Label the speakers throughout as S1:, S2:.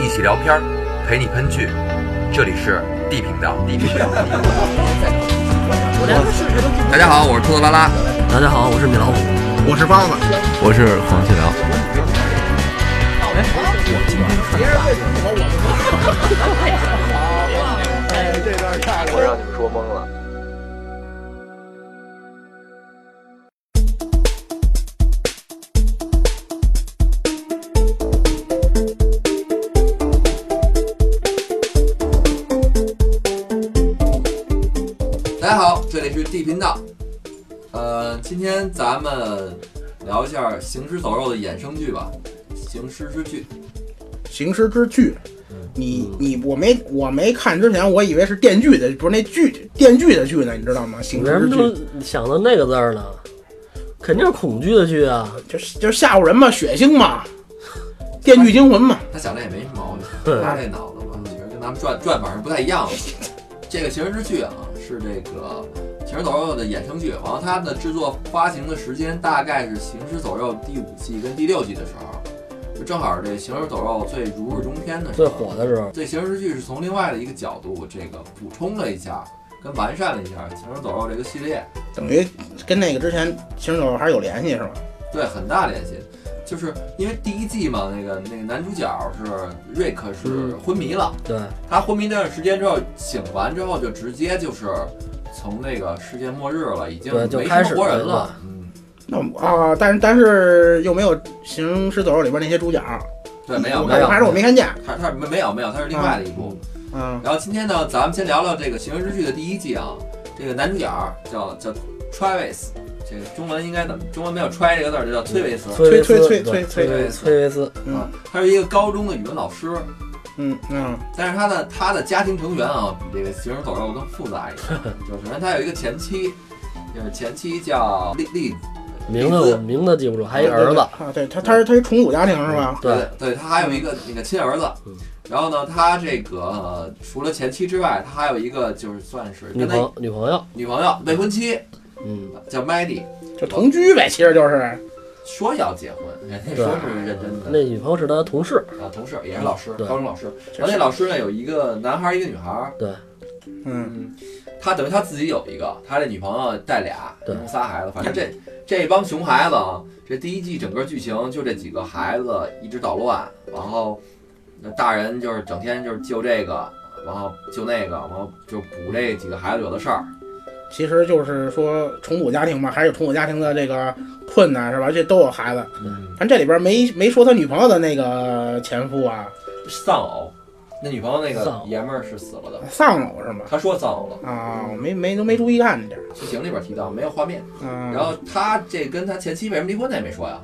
S1: 一起聊片儿，陪你喷剧。这里是 D 频道，D 频道。大家好，我是兔子拉拉。
S2: 大家好，我是米老虎。
S3: 我是方子，
S4: 我是黄继辽。
S3: 我让你们说懵了。
S1: 大家好，这里是 D 频道。呃，今天咱们聊一下《行尸走肉》的衍生剧吧，《行尸之剧》。
S3: 行尸之剧，你你我没我没看之前，我以为是电锯的，不是那剧电锯的剧呢，你知道吗？
S2: 你
S3: 行
S2: 为什
S3: 尸
S2: 么
S3: 之剧
S2: 就想到那个字儿呢？肯定是恐惧的惧啊！
S3: 就是就是吓唬人嘛，血腥嘛，电锯惊魂嘛。
S1: 他想的也没什么毛病，
S2: 对
S1: 他这脑子嘛，其实跟咱们转转法是不太一样的。这个《行尸之剧》啊，是这个《行尸走肉》的衍生剧，然后它的制作发行的时间大概是《行尸走肉》第五季跟第六季的时候，就正好是这《行尸走肉》最如日中天的时
S2: 最
S1: 候。
S2: 火的时候，
S1: 这《行尸剧》是从另外的一个角度，这个补充了一下，跟完善了一下《行尸走肉》这个系列。
S3: 等于跟那个之前《行尸走肉》还是有联系是吧？
S1: 对，很大联系，就是因为第一季嘛，那个那个男主角是瑞克是
S2: 嗯
S1: 昏迷了，
S2: 对，
S1: 他昏迷那段时间之后，醒完之后就直接就是从那个世界末日了，已经
S2: 对就
S1: 没
S2: 开
S1: 什
S2: 始
S1: 么活人
S2: 了
S1: 了。嗯，
S3: 那我啊，但是但是又没有《行尸走肉》里边那些主角，
S1: 对，没有
S3: 我
S1: 没
S3: 还
S1: 有，
S3: 还是我没看见。
S1: 他他没有没有，他是另外的一部。
S3: 嗯，
S1: 然后今天呢，咱们先聊聊这个《行尸之剧》的第一季啊，这个男主角叫叫 Travis，这个中文应该怎么？中文没有 try 这个字儿，就叫崔维斯。
S2: 崔维斯，
S3: 崔崔崔
S2: 对崔
S1: 崔
S2: 维崔维斯，
S1: 啊，他是一个高中的语文老师，
S3: 嗯嗯，
S1: 但是他的他的家庭成员啊，比这个行尸走肉更复杂一 点。就首先他有一个前妻，就是前妻叫丽丽，
S2: 名字
S1: 丽
S2: 我
S1: 兹
S2: 名字记不住，还有一儿子，
S3: 啊，对他他是他是重组家庭是吧？
S2: 对，
S1: 对，他还有一个那个亲儿子
S2: 嗯。
S1: 然后呢，他这个呃除了前妻之外，他还有一个就是算是
S2: 女
S1: 跟他
S2: 朋友女朋友，
S1: 女朋友未婚妻，
S2: 嗯，
S1: 叫 Maddie，
S3: 就同居呗，其实就是。
S1: 说要结婚，人家说是认真的。
S2: 那女朋友是他的同事，
S1: 啊，同事也是老师，
S2: 对
S1: 高中老师。
S3: 这
S1: 然后那老师呢，有一个男孩儿，一个女孩儿。
S3: 嗯，
S1: 他等于他自己有一个，他这女朋友带俩，一
S2: 对
S1: 共仨孩子。反正这这帮熊孩子啊，这第一季整个剧情就这几个孩子一直捣乱，然后那大人就是整天就是救这个，然后救那个，然后就补这几个孩子有的事儿。
S3: 其实就是说重组家庭嘛，还是有重组家庭的这个困难是吧？而且都有孩子，咱这里边没没说他女朋友的那个前夫啊，
S1: 丧偶，那女朋友那
S2: 丧
S1: 个
S2: 偶
S1: 爷们儿是死了的，
S3: 丧偶是吗？
S1: 他说丧偶了，
S3: 啊，我没没都没注意看这点儿。
S1: 剧情里边提到没有画面。
S3: 嗯，
S1: 然后他这跟他前妻为什么离婚，他也没说呀。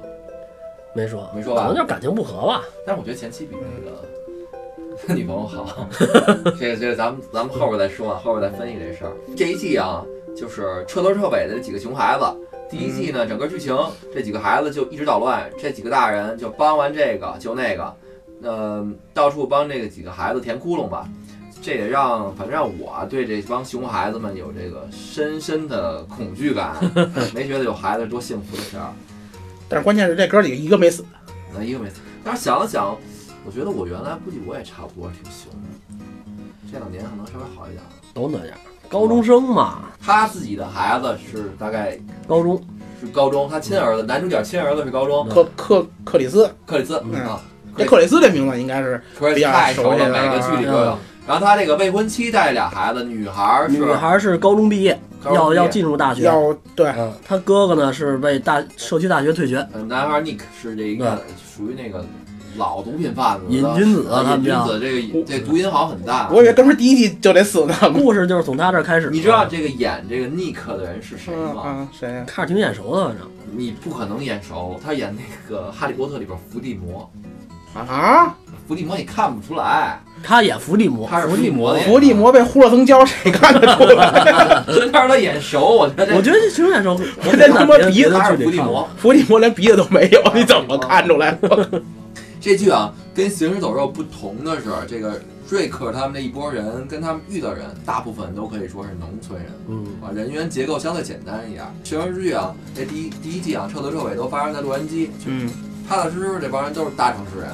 S2: 没说，啊
S1: 没说吧
S2: 可能就是感情不和吧，
S1: 但是我觉得前妻比那个 女朋友好，这个这个咱们咱们后边再说啊，后边再分析这事儿。这一季啊，就是彻头彻尾的这几个熊孩子。第一季呢，整个剧情这几个孩子就一直捣乱，这几个大人就帮完这个就那个，呃，到处帮这个几个孩子填窟窿吧。这也让反正让我对这帮熊孩子们有这个深深的恐惧感，没觉得有孩子多幸福的事儿。
S3: 但是关键是这哥几个一个没死，
S1: 那一个没死。但是想了想，我觉得我原来估计我也差不多挺熊的，这两年可能稍微好一点了。
S2: 都那样，高中生嘛，
S1: 他自己的孩子是大概
S2: 高中，
S1: 是高中，他亲儿子，男主角亲儿子是高中，
S3: 克克克里斯，
S1: 克里斯
S2: 嗯
S1: 啊，
S3: 这克里斯这名字应该是
S1: 克里
S3: 比
S1: 斯
S3: 较
S1: 太
S3: 熟
S1: 熟了，
S3: 悉
S1: 每个剧里都有
S2: 嗯。
S1: 然后他这个未婚妻带俩孩子，女孩儿是
S2: 女孩是啊高中毕业，
S1: 高中
S2: 要
S1: 毕业
S2: 要进入大学，
S3: 要对，
S2: 嗯，他哥哥呢是被大社区大学退学，
S1: 呃男孩 Nick 是这一个属于那个老毒品贩子的，
S2: 瘾君子
S1: 啊
S2: 他
S1: 瘾
S2: 们
S1: 君
S2: 叫
S1: 子这个这毒瘾好像很大。
S3: 我以为哥们儿第一季就得死呢。
S2: 故事就是从他这儿开始，啊
S1: 你知道这个演这个 Nick 的人是谁
S3: 嗯
S1: 吗？
S3: 啊， 谁呀？
S2: 看着挺眼熟的，反正
S1: 你不可能眼熟，他演那个《哈利波特》里边伏地魔，
S3: 啊，
S1: 伏地魔你看不出来，
S2: 他演伏地魔，
S1: 他是
S2: 伏
S1: 伏地
S2: 地
S1: 魔的演员
S3: 伏地魔被糊了层胶，谁看得出来？
S1: 但是他眼熟，我觉得这
S2: 我觉得这挺眼熟，我
S3: 这他妈鼻子
S1: 他是伏地魔。
S3: 伏地魔连鼻子都没有，你怎么看出来？
S1: 这剧啊，跟《行尸走肉》不同的是，这个瑞克他们这一波人跟他们遇到人，大部分都可以说是农村人。
S2: 嗯，
S1: 啊，人员结构相对简单一点。《行尸之剧》啊，这第一第一季啊，彻头彻尾都发生在洛杉矶，
S3: 嗯，
S1: 踏踏实实这帮人都是大城市人，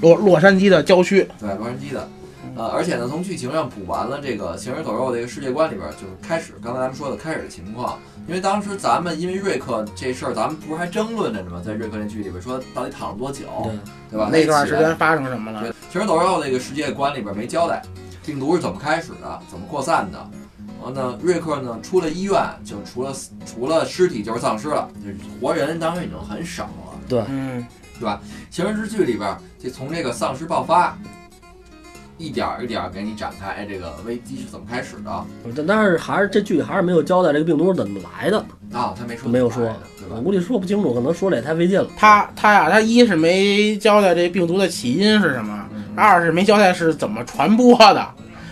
S3: 洛洛杉矶的郊区，
S1: 对，洛杉矶的。呃，而且呢，从剧情上补完了这个行尸走肉这个世界观里边，就是开始刚才咱们说的开始的情况。因为当时咱们因为瑞克这事儿，咱们不是还争论着呢吗？在瑞克那剧里边说到底躺了多久，
S2: 对，
S1: 对吧？
S3: 那段时
S1: 起来
S3: 间发生什么了？
S1: 对，其实走肉这个世界观里边没交代病毒是怎么开始的，怎么扩散的。然后呢，瑞克呢出了医院，就除了除了尸体就是丧尸了，就是活人当时已经很少了。
S3: 嗯，
S1: 行尸之剧里边，就从这个丧尸爆发，一点儿一点儿给你展开，哎，这个危机是怎么开始的啊？
S2: 但但是还是这剧还是没有交代这个病毒是怎么来的，
S1: 啊他没说
S2: 没有
S1: 怎么来的对
S2: 我
S1: 吧？
S2: 估计说不清楚，可能说了也太费劲了。
S3: 他他呀，他一是没交代这病毒的起因是什么，
S1: 嗯
S3: 二是没交代是怎么传播的。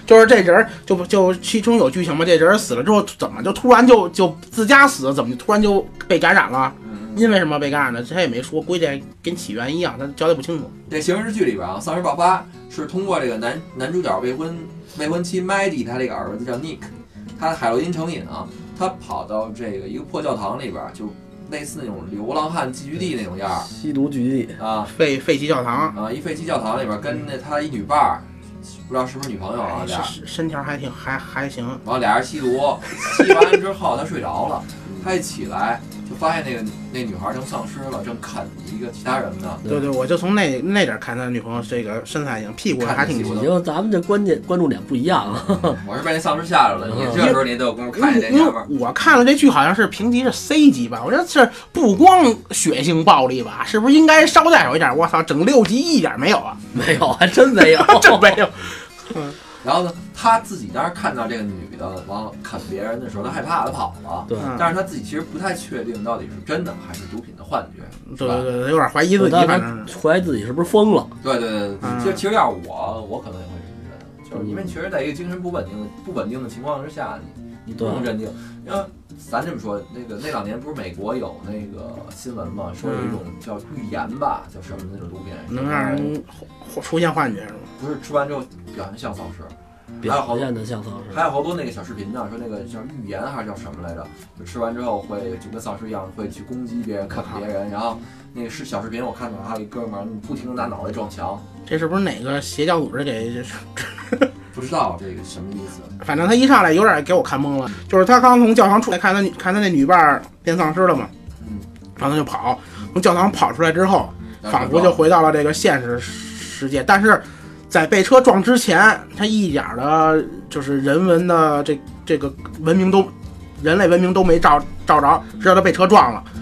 S3: 就是这人儿就就其中有剧情嘛，这人儿死了之后怎么就突然就就自家死，怎么就突然就被感染了？
S1: 嗯
S3: 因为什么被感染的，他也没说，估计跟起源一样，他交代不清楚。
S1: 这刑事剧里边啊，丧尸爆发是通过这个男男主角未婚未婚妻 Maddie，他这个儿子叫 Nick，他海洛因成瘾啊，他跑到这个一个破教堂里边儿，就类似那种流浪汉寄居地那种样儿
S2: 吸毒聚集
S1: 啊
S3: 废废弃教堂，
S1: 啊，一废弃教堂里边儿跟那他一女伴儿，不知道是不是女朋友啊
S3: 哎
S1: 俩
S3: 身，身身条还挺还还行，
S1: 然后俩人吸毒，吸完之后他睡着了，
S3: 嗯
S1: 他一起来就发现那个那女孩成丧尸了，正啃一个其他人呢，
S2: 对
S3: 对对，我就从那那点儿看他女朋友这个身材行，屁股还挺
S1: 看着
S2: 已
S1: 屁
S3: 直
S1: 股。
S2: 经咱们这关键关注点不一样啊。
S3: 嗯
S1: 我是被那丧尸吓着了，你这时候你得有功夫
S3: 因为
S1: 看见这
S3: 因
S1: 娘们儿。
S3: 为我看了这剧，好像是评级是 C 级吧，我觉得是不光血腥暴力吧，是不是应该稍带有一点？我操，整六集一点没有 啊，，
S2: 没有，还真 没有
S3: 真没有。
S1: 然后呢，他自己当时看到这个女的往啃别人的时候，他害怕，他跑了。
S2: 对，
S3: 嗯
S1: 但是他自己其实不太确定到底是真的还是毒品的幻觉。
S3: 对对对，有点怀疑自
S2: 我
S3: 己，
S2: 当时
S3: 反正是
S2: 还怀疑自己是不是疯了。
S1: 对对对对，
S3: 嗯
S1: 其实其实要是我，我可能也会认真，就是因为确实在一个精神不稳定的不稳定的情况之下，你你不能
S2: 对
S1: 镇定。因为咱这么说，那个那两年不是美国有那个新闻嘛，说有一种叫预言吧，叫什么那种毒品，
S3: 嗯能让人出现幻觉是吗？
S1: 不是吃完之后表现像丧尸，还有好
S2: 表
S1: 多
S2: 现的像丧
S3: 嗯
S2: 尸，
S1: 还有好多那个小视频呢，说那个叫预言还是叫什么来着？就吃完之后会就跟丧尸一样，会去攻击别人、啃别人。然后那个是小视频，我看到还有一哥们儿不停的拿脑袋撞墙，
S3: 这是不是哪个邪教组织给
S1: 不知道这个什么意思。
S3: 反正他一上来有点给我看懵了，就是他刚从教堂出来，看他女看他那女伴儿变丧尸了嘛，
S1: 嗯，
S3: 然后他就跑，从教堂跑出来之后，仿佛就回到了这个现实世界，但是在被车撞之前，他一点儿的就是人文的这这个文明都，人类文明都没照照着，直到他被车撞了。
S1: 嗯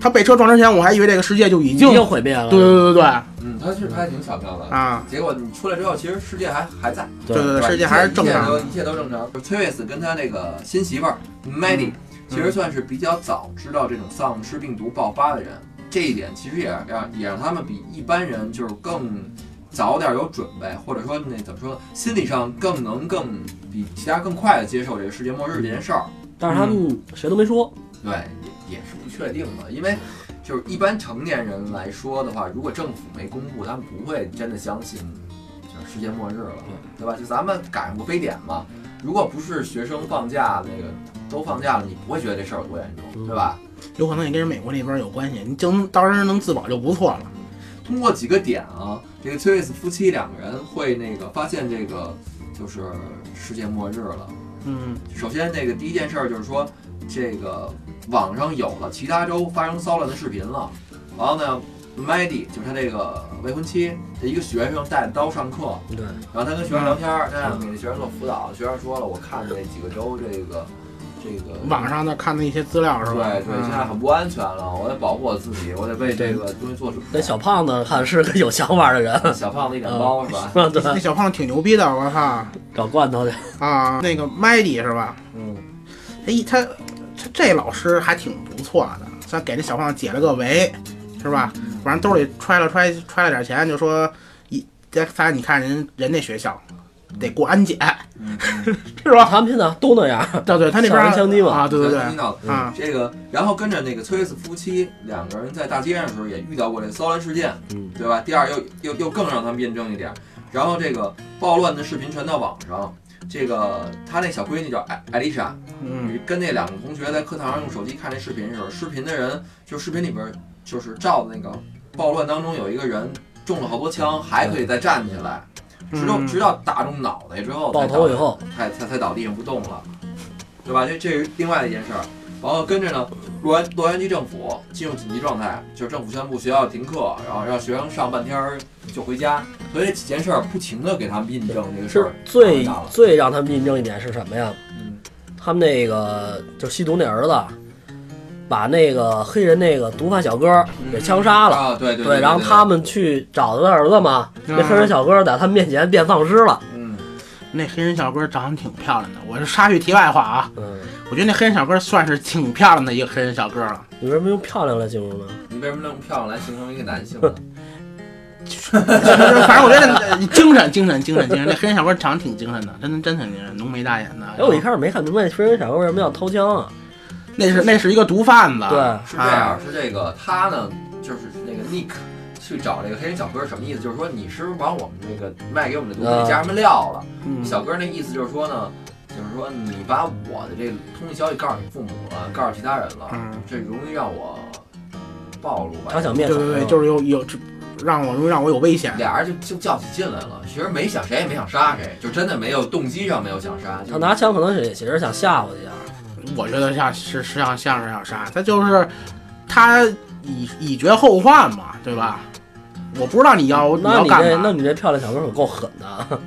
S3: 他被车撞之前，我还以为这个世界就已经对
S2: 毁灭了。
S3: 对对对对
S1: 嗯，他是拍的挺巧妙的。
S3: 啊，
S1: 结果你出来之后，其实世界还还在，
S3: 对对对，世界还是正常
S1: 嗯一切
S3: 的。嗯
S1: 都一切都正常。崔卫斯跟他那个新媳妇儿 Maddie，、其实算是比较早知道这种丧尸病毒爆发的人，这一点其实也让也让他们比一般人就是更早点有准备，或者说那怎么说，心理上更能更比其他更快的接受这个世界末日这件事儿。
S2: 但是他
S3: 嗯
S2: 们谁都没说，
S1: 对，也也是不确定的，因为就是一般成年人来说的话，如果政府没公布，他们不会真的相信就是世界末日了，对吧？就咱们赶上过非典嘛，如果不是学生放假那个都放假了，你不会觉得这事儿有多严重，
S2: 嗯
S1: 对吧？
S3: 有可能也跟美国那边有关系，你就能当时能自保就不错了。
S1: 通过几个点啊，这个崔维斯夫妻两个人会那个发现这个就是世界末日了。
S3: 嗯
S1: 首先，那个第一件事儿就是说，这个网上有了其他州发生骚乱的视频了。然后呢，Maddie 就是他这个未婚妻的一个学生带着刀上课，
S3: 嗯
S2: 对，
S1: 然后他跟学生聊天儿，他给学生做辅导。学生说了，我看这几个州这个这个
S3: 网上的看的一些资料是吧？
S1: 对对，现在很不安全了，我得保护我自己，我得为这个东西做准备
S2: 那。小胖子看是个有想法的人，
S1: 小胖子一脸包是 吧？
S2: 啊，对
S3: 嗯，那小胖子挺牛逼的，我操
S2: 找罐头去，
S3: 啊！那个麦迪是吧？
S2: 嗯，
S3: 他一哎他他这老师还挺不错的，他给那小胖子解了个围，是吧？完兜里揣了揣揣了点钱，就说一咱仨你看人人那学校得过安 检，
S1: 嗯，
S3: 是吧？
S2: 他们现在都那样，
S3: 对对，他那边
S2: 校园枪击嘛
S3: 啊，对对对
S1: 听到了。
S3: 啊，
S1: 这个，然后跟着那个崔斯夫妻两个人在大街上的时候也遇到过这骚乱事件，
S2: 嗯，
S1: 对吧？第二又又又更让他们印证一点儿，然后这个暴乱的视频传到网上，这个他那小闺女叫艾艾丽莎，
S3: 嗯
S1: 跟那两个同学在课堂上用手机看这视频的时候，视频的人就视频里边就是照的那个暴乱当中有一个人中了好多枪，还可以再站起来，直到
S3: 嗯
S1: 直到打中脑袋之后，
S2: 爆头以，后，
S1: 才才才倒地上不动了，对吧？这这是另外的一件事儿。然后跟着呢，洛杉洛杉矶政府进入紧急状态，就是政府宣布学校停课，然后让学生上半天儿就回家。所以这几件事儿不停的给他们印证这个事
S2: 是
S1: 儿
S2: 最
S1: 太大了
S2: 最让他们印证一点是什么呀？
S1: 嗯
S2: 他们那个就吸毒那儿子，把那个黑人那个毒贩小哥给枪杀了。
S1: 啊，对对
S2: 对，然啊后他们去找他儿子嘛，那黑人小哥在他们面前变丧尸了。
S1: 嗯，
S3: 那黑人小哥长得挺漂亮的，我是插句题外话啊，
S2: 嗯，
S3: 我觉得那黑人小哥算是挺漂亮的一个黑人小哥 了，
S2: 你为什么用漂亮来形容呢？
S1: 你为什么用漂亮来形容一个男性呢？
S3: 反正我觉得呃精神精神精神精神，那黑人小哥长得挺精神的，真的真挺精神，浓眉大眼的。
S2: 哎，我一开始没看明白黑人小哥为什么要掏枪啊？
S3: 那是那是一个毒贩子，
S2: 对，
S1: 是这样，是这个他呢，就是那个 Nick 去找这个黑人小哥是什么意思？就是说你是不是把我们那个卖给我们的东西加什么料了？
S3: 嗯，
S1: 小哥那意思就是说呢，就是说你把我的这通信消息告诉你父母了，告诉其他人了，
S3: 嗯，
S1: 这容易让我暴露吧？
S2: 他想灭
S3: 对
S2: 口。
S3: 对对，就是有有这让我容易让我有危险。
S1: 俩人就就较起劲来了，其实没想谁也没想杀谁，就真的没有动机上没有想杀，就
S2: 他拿枪可能是也其实想吓唬一下。
S3: 我觉得像是是像像是要杀，他就是他以以绝后患嘛，对吧？我不知道你要
S2: 那
S3: 要
S2: 你这
S3: 干
S2: 那
S3: 嘛，
S2: 你这漂亮小哥可够狠的。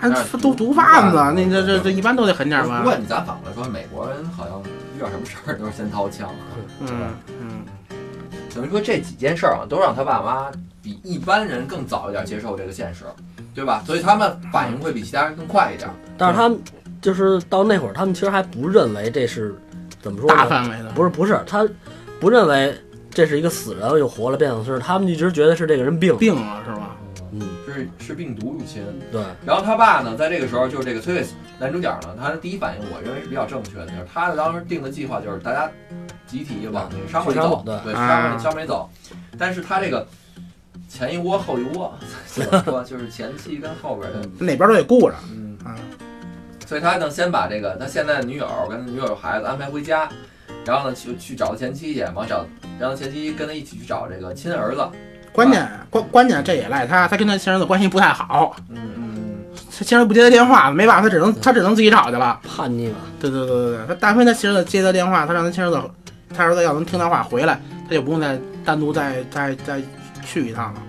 S3: 那都毒贩子，那这这这一般都得狠点
S1: 不
S3: 吧？
S1: 过你咱反过来说，美国人好像遇到什么事儿都是先掏枪，啊
S3: 嗯嗯，
S1: 等于说这几件事儿啊，都让他爸妈比一般人更早一点接受这个现实，对吧？所以他们反应会比其他人更快一点。
S2: 但是他们就是到那会儿，他们其实还不认为这是怎么说
S3: 大
S2: 呢？
S3: 范围的，
S2: 不是不是，他不认为这是一个死人又活了变丧尸，他们一直觉得是这个人病。
S3: 病啊了是吧？
S2: 嗯，
S1: 是是病毒入侵，
S2: 对，
S1: 然后他爸呢，在这个时候就是这个崔瑞斯男主角呢，他的第一反应我认为是比较正确的，就是他当时定的计划就是大家集体往那个沙漠里
S2: 去沙
S1: 走
S2: 漠，
S1: 对，
S2: 对
S3: 啊
S1: 沙漠里沙漠里走，但是他这个前一窝后一窝，怎么说就是前期跟后边的，
S3: 哪边都得顾着。
S1: 嗯
S3: 啊，
S1: 所以他呢先把这个他现在的女友跟女友孩子安排回家，然后呢去去找前妻去，往找，然后前妻跟他一起去找这个亲儿子，
S3: 关键
S2: 啊
S3: 关关键这也赖他，他跟他亲儿子关系不太好，
S1: 嗯嗯，
S3: 他亲儿子不接他电话，没办法，他只能他只能自己找去了。
S2: 叛逆嘛。
S3: 对对对对对，他但凡他亲儿子接他电话，他让他亲儿子，他儿子要能听他话回来，他就不用再单独再再再去一趟了，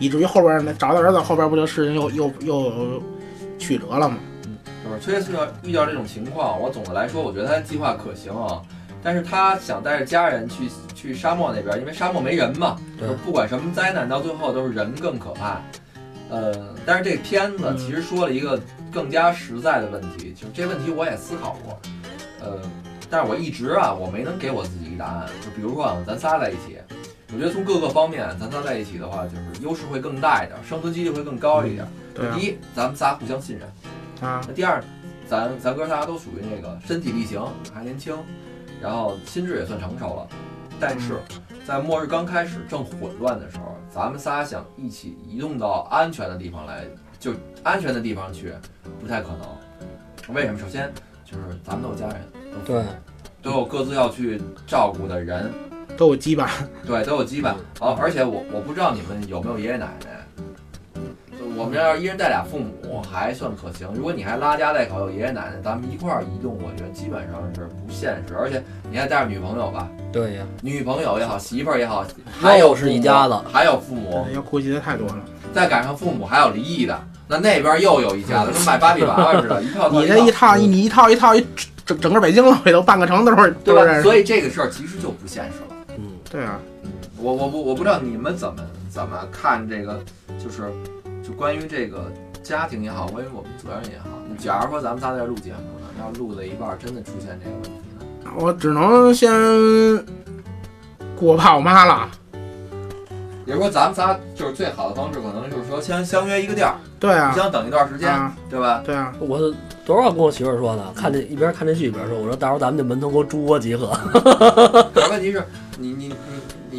S3: 以至于后边那找到儿子后边不就事情又又又有曲折了吗？
S1: 就是崔斯要遇到这种情况，我总的来说，我觉得他的计划可行啊，但是他想带着家人去去沙漠那边，因为沙漠没人嘛，就
S2: 对
S1: 是不管什么灾难，到最后都是人更可怕。呃，但是这个片子
S3: 嗯
S1: 其实说了一个更加实在的问题，就是这问题我也思考过，呃，但是我一直啊，我没能给我自己一个答案。就比如说啊，咱仨在一起，我觉得从各个方面，咱仨在一起的话，就是优势会更大一点，生存几率会更高一点。
S3: 嗯对
S1: 第一，咱们仨互相信任。
S3: 啊，
S1: 那第二，咱咱哥仨都属于那个身体力行，还年轻，然后心智也算成熟了。但是在末日刚开始正混乱的时候，咱们仨想一起移动到安全的地方来，就安全的地方去，不太可能。为什么？首先就是咱们都有家人，都
S2: 对，
S1: 都有各自要去照顾的人，
S3: 都有鸡巴，
S1: 对，都有羁绊。哦，而且我我不知道你们有没有爷爷奶奶。我们要是一人带俩父母还算可行，如果你还拉家带口有爷爷奶奶，咱们一块儿移动，我觉得基本上是不现实。而且你还带着女朋友吧，
S2: 对呀，
S1: 女朋友也好，媳妇儿也好，还有
S2: 是一家子
S1: 父母还有父母，
S3: 要顾及的太多了。
S1: 再赶上父母还有离异的，那那边又有一家子，跟卖芭比娃娃似的，一套套
S3: 你这一套一你一套一套一整整个北京了，回头半个城都是
S1: 对
S3: 都是
S1: 吧？
S3: 认识。
S1: 所以这个事儿其实就不现实了。
S2: 嗯，
S3: 对啊，
S1: 我我不我不知道你们怎么怎么看这个，就是就关于这个家庭也好，关于我们责任也好，假如说咱们仨在这录节目呢，要录到一半儿真的出现这个问题呢？
S3: 我只能先顾我爸我妈了。
S1: 也就是说，咱们仨就是最好的方式，可能就是说先相约一个地儿，
S3: 对啊
S1: 互，相等一段时间，
S3: 啊，
S1: 对吧？
S3: 对啊，
S2: 我多少跟我媳妇儿说呢？看这一边看这剧一边说，我说到时候咱们这门头沟猪窝集合。
S1: 可是问题是，你你你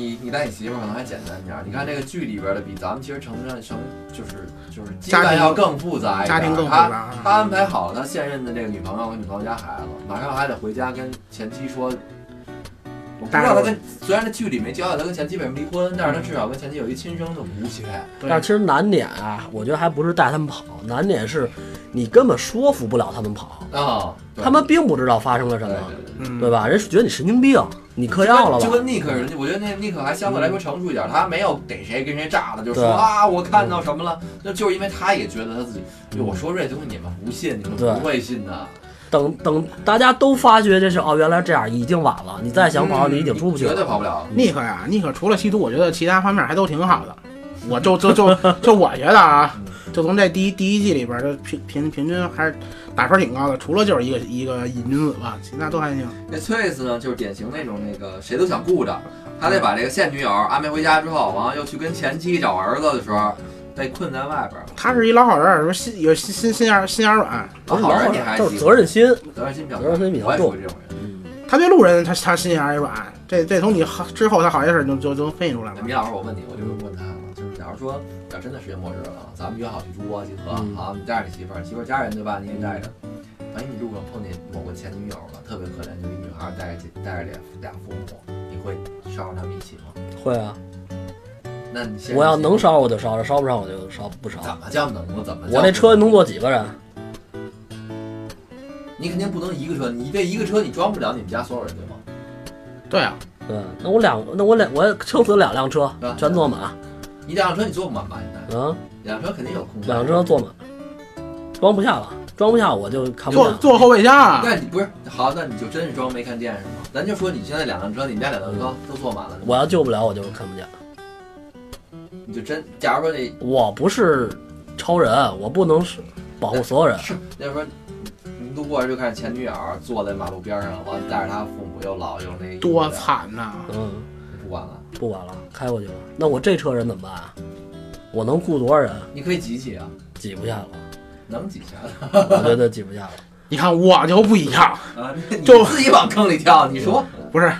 S1: 你你带你媳妇儿可能还简单一点儿。你看这个剧里边儿的，比咱们其实成成成就是就是羁
S3: 家
S1: 绊
S3: 庭
S1: 要更复杂一点
S3: 家
S1: 儿，
S3: 庭更复
S1: 哎他
S3: 杂
S1: 他
S3: 啊。
S1: 安排好了他现任的这个女朋友和女朋友家孩子，马上还得回家跟前妻说，我不知
S3: 但是
S1: 道他跟虽然他剧里没交代他跟前妻为什么离婚，但是他至少跟前妻有一亲生的无血。
S3: 对
S2: 但是其实难点啊，我觉得还不是带他们跑，难点是你根本说服不了他们跑，
S1: 啊，对
S2: 他们并不知道发生了什
S1: 对
S2: 么
S1: 对，对对
S3: 嗯
S2: 对吧？人是觉得你神经病，你嗑药了
S1: 就
S2: 吧？
S1: 跟尼克人家，我觉得那尼克还相对来说成熟一点，他没有逮谁跟谁炸了，就说
S2: 对
S1: 啊我看到什么了，那就是因为他也觉得他自己，就我说这东西你们不信，你们
S2: 嗯对
S1: 不会信的。
S2: 等等，大家都发觉这是哦，原来这样已经晚了，你再想跑，
S3: 嗯
S2: 你已经出不去
S1: 绝对
S2: 了。
S1: 跑不了。
S3: 尼克呀，尼克除了吸毒，我觉得其他方面还都挺好的。我就就就就我觉得啊，就从这第一第一季里边儿，这平平平均还是打分挺高的，除了就是一个一个瘾君子吧，其他都还行。
S1: 那崔斯呢，就是典型那种那个谁都想顾着，他得把这个现女友安排回家之后，完了又去跟前妻找儿子的时候，被困在外边儿。
S3: 他是一老好人儿，什么心有心心心眼儿心眼儿软，
S1: 啊好人你还
S2: 就是
S1: 喜
S2: 责
S1: 欢嗯
S2: 任心，
S1: 责任心比较
S2: 责任心比较
S1: 我也属
S2: 重
S1: 于这种人。
S3: 他对路人他他心眼儿也软，这这从你好之后他好些事儿就就就能分析出来了
S1: 那。米老师，我问你，我就问他了，就是假如说，要真的世界末日了，咱们约好去住窝集合，
S2: 嗯
S1: 好，你带着你媳妇儿，媳妇儿家人对吧？你也带着，万一你路上碰见某个前女友了，特别可怜，就一女孩带着带着俩俩父母，你会捎上他们一起吗？
S2: 会啊，
S1: 那你先
S2: 我要能烧我就烧着，烧不上我就烧不烧。
S1: 怎么叫能啊？怎么叫
S2: 我那车
S1: 能
S2: 能坐几个人？
S1: 你肯定不能一个车，你这一个车你装不了你们家所有人对吗？
S3: 对啊，
S2: 对，那我两，那我两，我撑死两辆车
S1: 啊，
S2: 全坐满。
S1: 你两辆车你坐不满吧？应该
S2: 嗯，
S1: 两辆车肯定有空间。
S2: 两辆车坐满，装不下了，装不下我就看不
S3: 坐
S2: 见。
S3: 坐后备箱啊，
S1: 那你不是好？那你就真是装没看见是吗？咱就说你现在两辆车，你们家两辆车都坐满了，
S2: 我要救不了我就看不见。
S1: 你就真假如说你
S2: 我不是超人，我不能是保护所有人。
S1: 是那时候你路过就看前女友坐在马路边上，完了带着她父母又老又那
S3: 多，惨呐、
S2: 嗯，
S1: 不管了，
S2: 不管了，开过去了。那我这车人怎么办啊？我能雇多少人？
S1: 你可以挤挤啊，
S2: 挤不下了，
S1: 能挤下的
S2: 我觉得挤不下了。
S3: 你看我就不一样，
S1: 啊，你
S3: 就
S1: 自己往坑里跳，你说
S3: 不是，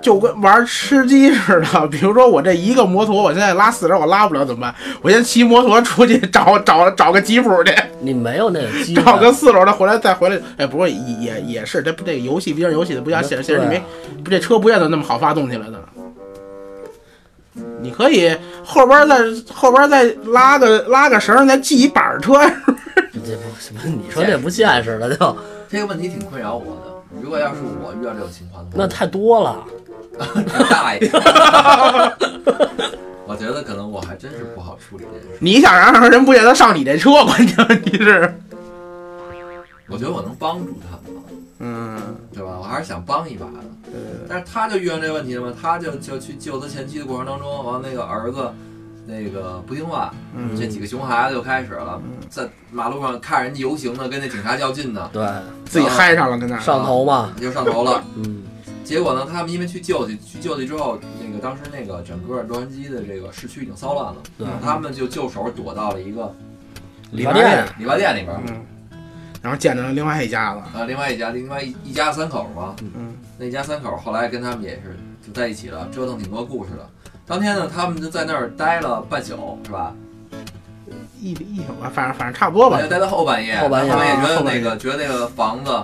S3: 就跟玩吃鸡似的。比如说我这一个摩托，我现在拉四人，我拉不了怎么办？我先骑摩托出去找找找个吉普去，
S2: 你没有那 个机会。
S3: 找个四轮的回来再回来。哎，不过也也也是，这不这个游戏毕竟是游戏的，不像现实现实
S2: 对
S3: 没
S2: 啊
S3: 不这车不见得那么好发动起来的。你可以后边再后边再拉个拉个绳儿，再系一板儿车。
S2: 这不什么？你说这不现实了就？
S1: 这个问题挺困扰我的。如果要是我遇到这种情况的话，
S2: 那太多了。
S1: 大爷，我觉得可能我还真是不好处理这件事。
S3: 你想让人不见得上你这车，关键问题是，
S1: 我觉得我能帮助他们吧，
S3: 嗯，
S1: 对吧？我还是想帮一把的。
S3: 对对对
S1: 但是他就遇上这问题了嘛，他就就去救他前妻的过程当中，完了那个儿子那个不听话，
S3: 嗯
S1: 这几个熊孩子就开始了，在马路上看人家游行呢，跟那警察较劲呢，
S2: 对，
S3: 自己嗨上了，跟那儿。
S2: 上头嘛。
S1: 就上头 了。
S2: 嗯，
S1: 结果呢，他们因为去救去去救去之后，那个当时那个整个洛杉矶的这个市区已经骚乱了，
S2: 对，
S3: 嗯
S1: 他们就就手躲到了一个
S2: 理发店
S1: 理发店里边儿。
S3: 嗯，然后见着另外一家子，
S1: 啊，另外一家，另外一一家三口嘛，
S3: 嗯，
S1: 那一家三口后来跟他们也是就在一起了，折腾挺多故事的。当天呢，他们就在那儿待了半宿，是吧？
S3: 一一宿吧，反正反正差不多吧
S1: 好像，待到后半夜，
S2: 后半夜
S1: 他们也觉得
S3: 后半
S1: 那
S3: 夜
S1: 个觉得那个房子，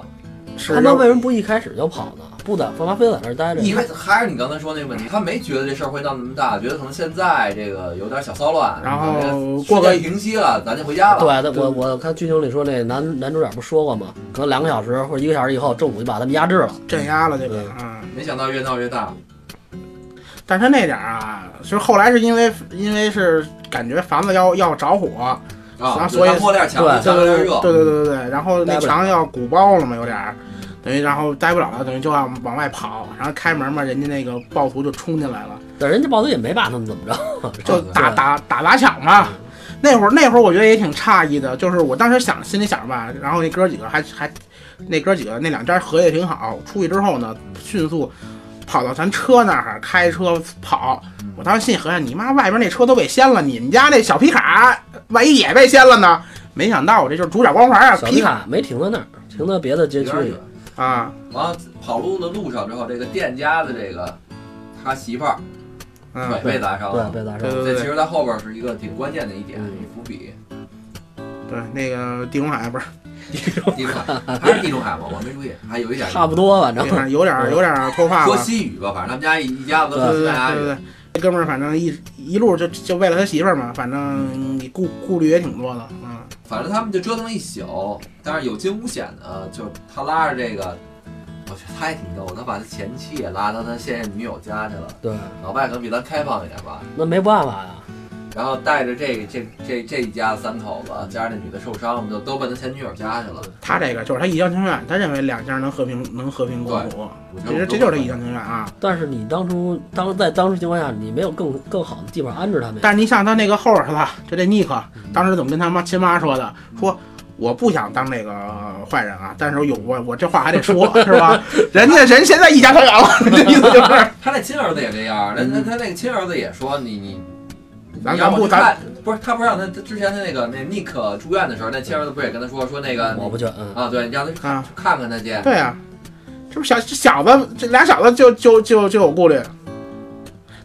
S3: 是
S2: 他们为什么不一开始就跑呢？不在，干嘛非得在那儿待着？
S1: 因为还是你刚才说那个问题，他没觉得这事儿会闹那么大，觉得可能现在这个有点小骚乱，
S3: 然后
S1: 这个
S3: 过个
S1: 时间平息了，咱就回家了。
S2: 对，那我我看剧情里说那男男主角不是说过吗？可能两个小时或者一个小时以后，政府就把他们压制了。
S3: 镇压了这个，嗯，
S1: 没想到越闹越大，
S3: 但是他那点儿啊，就是后来是因为因为是感觉房子要要着火，
S1: 啊，
S3: 啊所以
S1: 破链墙
S2: 对
S1: 下面有点热，
S3: 对对对对对，然后
S2: 待
S3: 那
S2: 不了
S3: 墙要鼓包了嘛，有点儿，等于然后待不了了，等于就要往外跑，然后开门嘛，人家那个暴徒就冲进来了，
S2: 但人家暴徒也没把他们怎么着，
S3: 就打
S2: 啊对
S3: 打打砸抢嘛。那会儿那会儿我觉得也挺诧异的，就是我当时想心里想着吧，然后那哥几个还还那哥几个那两家合计挺好，出去之后呢，迅速跑到咱车那儿开车跑。我当时心里合计，你妈外边那车都被掀了，你们家那小皮卡万一也被掀了呢？没想到我这就是主角光环啊，
S2: 小
S3: 皮
S2: 皮
S3: 卡
S2: 卡没停在那儿，停在别的街
S1: 有
S2: 区
S1: 点
S2: 里
S1: 远。。
S3: 啊，
S1: 完了跑路的路上之后，这个店家的这个他媳妇儿
S3: 嗯，
S1: 腿被砸伤
S2: 对，
S1: 了。
S2: 被砸
S3: 对对
S2: 伤。
S1: 这
S3: 对
S1: 其实，在后边是一个挺关键的一点，
S2: 嗯
S1: 一伏笔。
S3: 对，那个地中海不是
S1: 地中海还是地中海吗？我没注意，还有一点
S2: 差不多吧，
S3: 这
S2: 然后
S3: 反正有点儿有点儿脱发
S1: 说
S3: 了。
S1: 西语吧，反正他们家一一家子都
S3: 对
S1: 是西
S3: 对
S1: 班牙
S3: 对
S1: 语。
S3: 对，这哥们儿反正一一路就就为了他媳妇儿嘛，反正顾顾虑也挺多的，嗯。
S1: 反正他们就折腾了一宿，但是有惊无险的，就是他拉着这个，我觉得他也挺逗，他把他前妻也拉到他现任女友家去了，
S2: 对，
S1: 老外可能比咱开放一点吧，
S2: 那没办法呀，
S1: 然后带着这个这这这一家三口子，加上那女的受伤，我们就都奔他前女友家去了。
S3: 他这个就是他一厢情愿，他认为两家能和平能和平共处，
S1: 我觉得
S3: 其
S1: 我
S3: 实
S1: 们
S3: 这就是他一厢情愿啊。
S2: 但是你当初当在当时情况下，你没有更更好的地方安置他们呀，
S3: 但是你像他那个后儿子，就这尼克，当时怎么跟他妈亲妈说的？说我不想当那个坏人啊，但是有我我这话还得说，是吧？人家人现在一家团圆了，这意思就是
S1: 他那亲儿子也这样，那那他那个亲儿子也说你你，
S3: 咱
S1: 你要
S3: 嗯咱
S1: 我
S3: 不
S1: 去
S3: 咱
S1: 看不是他不是让他他之前他那个那尼克住院的时候，那亲儿子不是也跟他说说那个
S2: 我不去，嗯，
S1: 啊，对你让他去
S3: 啊，
S1: 看看他去，
S3: 对啊，这不小这小子这俩小子就就就就有顾虑。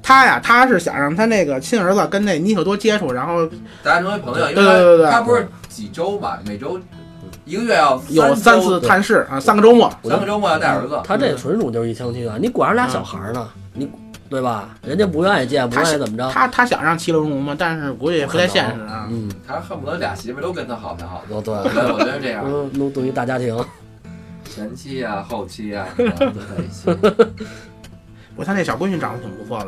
S3: 他呀，他是想让他那个亲儿子跟那尼克多接触，然后
S1: 大家成为朋友，因
S3: 对对对
S1: 为
S3: 对
S1: 他他不是几周吧，每周一个月要
S3: 有
S1: 三
S3: 三
S1: 周
S3: 次探视啊，三个周末。
S1: 三个周末要带儿子，嗯
S2: 他这纯属就是一厢情愿，你管着俩小孩儿呢，你对吧？人家不愿意见，不
S3: 他
S2: 愿
S3: 是
S2: 意怎么
S1: 嗯
S2: 着？
S3: 他他想让七龙龙嘛，但是估计也不太现实啊。
S2: 嗯，
S1: 他恨不得俩媳妇都跟他好才好。
S2: 哦对，
S1: 对，我觉得这样，
S2: 嗯，弄弄一大家庭，
S1: 前妻啊，后妻啊，什么的都在一 起。
S3: 不过他那小闺女长得挺不错的，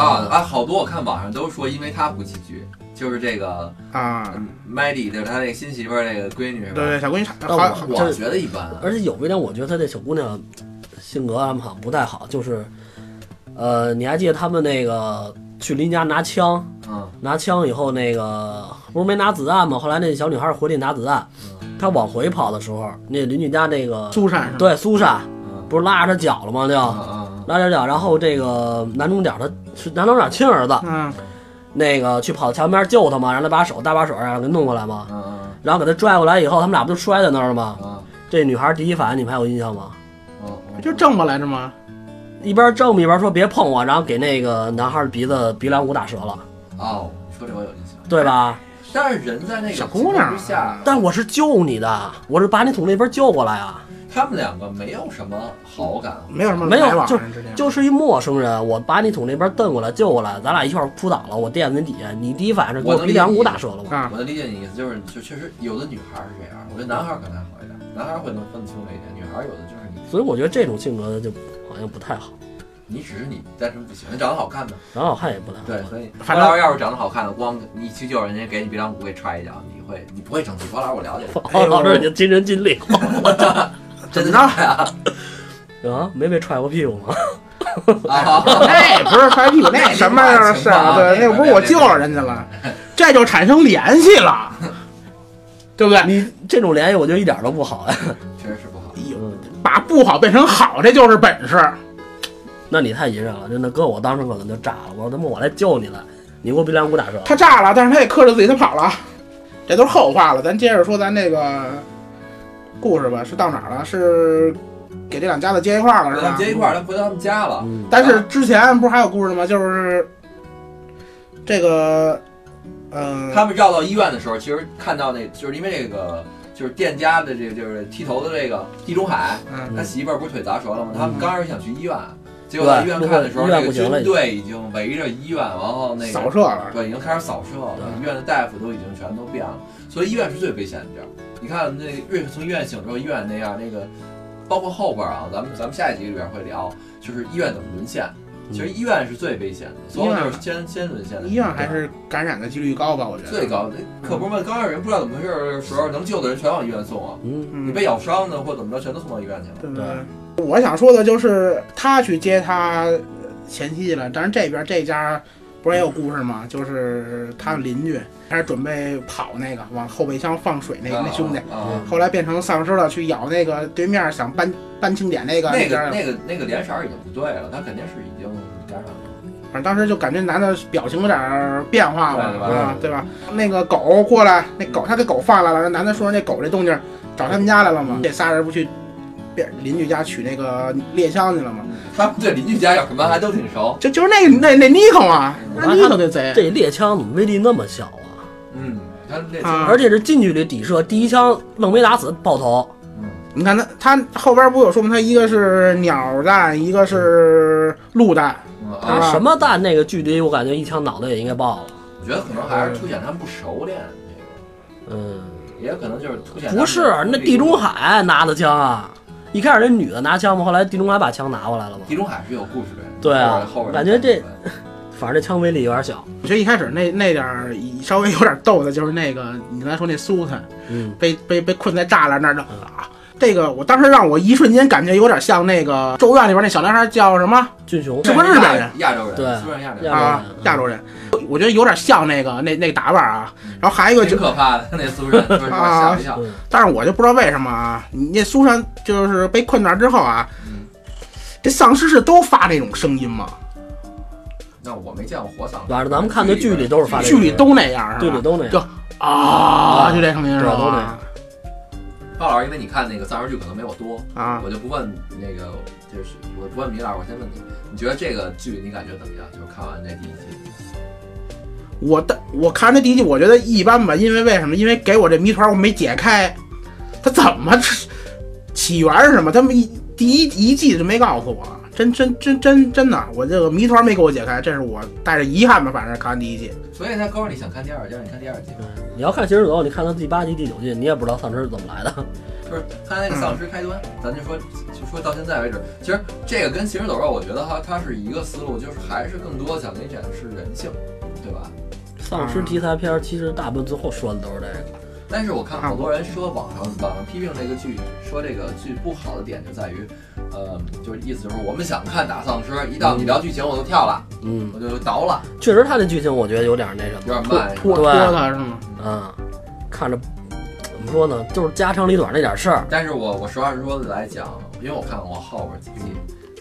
S1: 啊啊，好多我看网上都说，因为他不弃剧，就是这个
S3: 啊，
S1: Maddie，就是他那个新媳妇儿那个闺女是
S3: 对
S1: 吧？
S3: 对，小闺女长
S2: 那
S3: 好好
S2: 对
S1: 我觉得一般啊，
S2: 而且有一点，我觉得她这小姑娘性格安排好像不太好，就是，呃，你还记得他们那个去邻家拿枪，
S1: 嗯，
S2: 拿枪以后那个不是没拿子弹吗？后来那小女孩回去拿子弹，
S1: 嗯
S2: 她往回跑的时候，那邻居家那个
S3: 苏珊是吧？
S2: 对苏珊
S1: 嗯
S2: 不是拉着她脚了吗？就
S1: 嗯嗯
S2: 拉着脚，然后这个男主角他是男主角亲儿子，
S3: 嗯，
S2: 那个去跑墙边救他嘛，让他把手搭把手让他给弄过来嘛，
S1: 嗯
S2: 然后给他拽过来以后，他们俩不就摔在那儿了吗？
S1: 嗯
S2: 这女孩第一反应你们还有印象吗？
S1: 嗯，
S3: 就正过来着吗？
S2: 一边正一边说别碰我，然后给那个男孩鼻子鼻梁骨打折了，
S1: 哦，你说这我有印象，
S2: 对吧？
S1: 但是人在那个
S3: 小姑娘啊
S1: 情况之下，
S2: 但我是救你的，我是把你从那边救过来啊，
S1: 他们两个没有什么好感，
S3: 没有什么
S2: 没有
S3: 来往
S2: 就
S3: 之间
S2: 就是一陌生人，我把你从那边蹬过来救过来，咱俩一块儿扑倒了，我垫在你底下，你第一反应是给
S1: 我
S2: 我
S1: 能
S2: 鼻梁骨打折了吗？
S3: 啊，
S1: 我能理解你意思，就是就确实有的女孩是这样，我觉得男孩儿可能还好一点，男孩儿会能分清楚一点，女孩儿有的就是你，
S2: 所以我觉得这种性格的就好像不太好，
S1: 你只是你单纯不喜欢，长得好看的，
S2: 然后好看也不太好。
S1: 对，所以
S3: 反正
S1: 老要是长得好看的，光你一去救人家给你鼻梁骨给踹一脚，你会你不会生气，包老师我了解你，
S2: 黄老师已经亲身经历过
S1: 真的
S3: 怎么
S1: 呀，
S2: 啊，没被踹过屁股吗？
S1: 啊，
S3: 那哎不是拍屁股，那什么
S1: 那
S3: 是
S1: 那
S3: 啊？对，
S1: 那
S3: 那不是我救了人家了， 这就产生联系了，对不对？
S2: 你这种联系我觉得一点都不好啊呀、
S1: 确实是不好。
S2: 嗯
S3: 把不好变成好，这就是本事。
S2: 那你太隐忍了，真的，哥，我当时可能就炸了，我说他妈我来救你了，你给我鼻梁骨打折了。
S3: 他炸了，但是他也克制自己，他跑了，这都是后话了。咱接着说咱这个故事吧，是到哪儿了？是给这两家子接一块儿了，是
S1: 他
S3: 吧
S1: 们？嗯接一块儿，他回到他们家了。
S2: 嗯，
S3: 但是之前不是还有故事吗？就是这个，嗯、
S1: 他们绕到医院的时候，其实看到那，就是因为这个，就是店家的这个，就是剃头的这个地中海，
S3: 嗯，
S1: 他媳妇儿不是腿砸折了吗？他们
S3: 嗯
S1: 刚开始想去医院，结果到医院看的时候，
S2: 对
S1: 那
S2: 医院
S1: 个
S2: 不行
S1: 军
S2: 了
S1: 队已经围着医院，然后那
S3: 扫
S1: 个
S3: 射了，
S1: 对已经开始扫射了，
S2: 对
S1: 医院的大夫都已经全都变了，所以医院是最危险的地儿。你看那个瑞克从医院醒之后，医院那样那个，包括后边啊，咱们咱们下一集里边会聊，就是医院怎么沦陷。其实医院是最危险的，所有就是先先沦陷的。
S3: 嗯医院还是感染的几率高吧？我觉得
S1: 最。高。那可不是嘛，刚开始人不知道怎么回事儿的时候，能救的人全往医院送啊。
S2: 嗯，
S1: 你
S3: 嗯，
S1: 被咬伤呢，或怎么着，全都送到医院去了。
S3: 对对对。我想说的就是他去接他呃前妻去了，但是这边这家不是也有故事吗？就是他邻居开始准备跑那个往后备箱放水那个那兄弟，嗯
S1: 啊啊，
S3: 后来变成丧尸了，去咬那个对面想搬搬庆典那个
S1: 那
S3: 家
S1: 个那个那个脸色儿已经不对了，他肯定是已经感染了。
S3: 反正当时就感觉男的表情有点儿变化吧，
S1: 对
S3: 啊，对吧？那个狗过来，那狗他给狗放来了，那男的说那狗这动静儿找他们家来了嘛，这仨人不去别邻居家取那个猎枪去了吗？
S1: 他们对邻居家有什么还都挺熟。
S3: 就就是那那那尼克嘛，
S1: 嗯
S3: 那尼克那贼，
S2: 这猎枪怎么威力那么小啊？
S1: 嗯，你看这
S3: 啊
S2: 而且是近距离抵射，第一枪愣没打死，爆头。
S1: 嗯
S3: 你看他他后边不有说吗？他一个是鸟蛋，一个是鹿蛋，
S1: 嗯啊，
S2: 他什么弹那个距离，我感觉一枪脑袋也应该爆了。
S1: 我觉得可能还是凸显他们不熟练这
S2: 嗯，
S1: 个，也可能就是凸显他们
S2: 不是，那地中
S1: 中
S2: 海拿的枪啊，一开始那女的拿枪嘛，后来地中海把枪拿过来了嘛。
S1: 地中海是有故事的，
S2: 对啊
S1: 后边
S2: 感觉这反正这枪威力有点小。
S3: 我觉得一开始那那点儿稍微有点逗的，就是那个你刚才说那苏他
S2: 嗯，
S3: 被被被困在栅栏那儿的啊，这个我当时让我一瞬间感觉有点像那个《咒怨》里边那小男孩叫什么
S2: 俊雄
S3: 这不是日本人
S1: 亚亚洲人，
S2: 对
S1: 虽然亚洲人
S2: 亚洲
S3: 啊
S2: 嗯，
S3: 亚洲人，我觉得有点像那个那那个打扮啊。然后还有一个就
S1: 嗯挺可怕的，那苏 珊说实话吓我一跳，
S2: 嗯
S3: 但是我就不知道为什么啊，你那苏珊就是被困那儿之后啊，
S1: 嗯
S3: 这丧尸是都发那种声音吗？
S1: 那我没见过活丧尸，
S2: 反正咱们看的剧里都是发这
S3: 剧
S2: 种
S3: 里都那样是
S2: 对里
S3: 吧？
S2: 都那样
S3: 就。啊，就这声音是
S2: 对都那
S3: 吧
S2: 样？
S1: 鲍老师，因为你看那个丧尸剧可能没我多，
S3: 啊，
S1: 我就不问那个，就是我不问米老师，我先问你，你觉得这个剧你感觉怎么样？就是看完这第一季，
S3: 我的我看这第一季，我觉得一般吧，因为为什么？因为给我这谜团我没解开，它怎么吃起源是什么？他们一第一一季就没告诉我，真真真真真的，我这个谜团没给我解开，这是我带着遗憾吧，反正看完第一季。
S1: 所以他告诉你想看第二季，让你看第二季，
S2: 嗯你要看《行尸走肉》，你看到第八集、第九集，你也不知道丧尸是怎么来的。
S1: 就是他那个丧尸开端，
S2: 嗯
S1: 咱就说就说到现在为止，其实这个跟行尸走肉，我觉得它它是一个思路，就是还是更多想给你展示人性，对吧？
S2: 丧
S1: 嗯
S2: 尸题材片儿其实大部分最后说的都是这个。
S1: 但是我看好多人说网上网上批评这个剧，说这个剧不好的点就在于，呃，就是意思就是我们想看打丧尸，一到你聊剧情我就跳了，
S2: 嗯，
S1: 我就倒了，
S2: 确实他的剧情我觉得有点那什
S1: 有点
S2: 么，
S1: 慢。
S3: 拖
S2: 对
S3: 拖他是吗？
S2: 嗯，看着怎么说呢，就是家长里短那点事儿。
S1: 但是我我实话实说的来讲，因为我看过后边几季，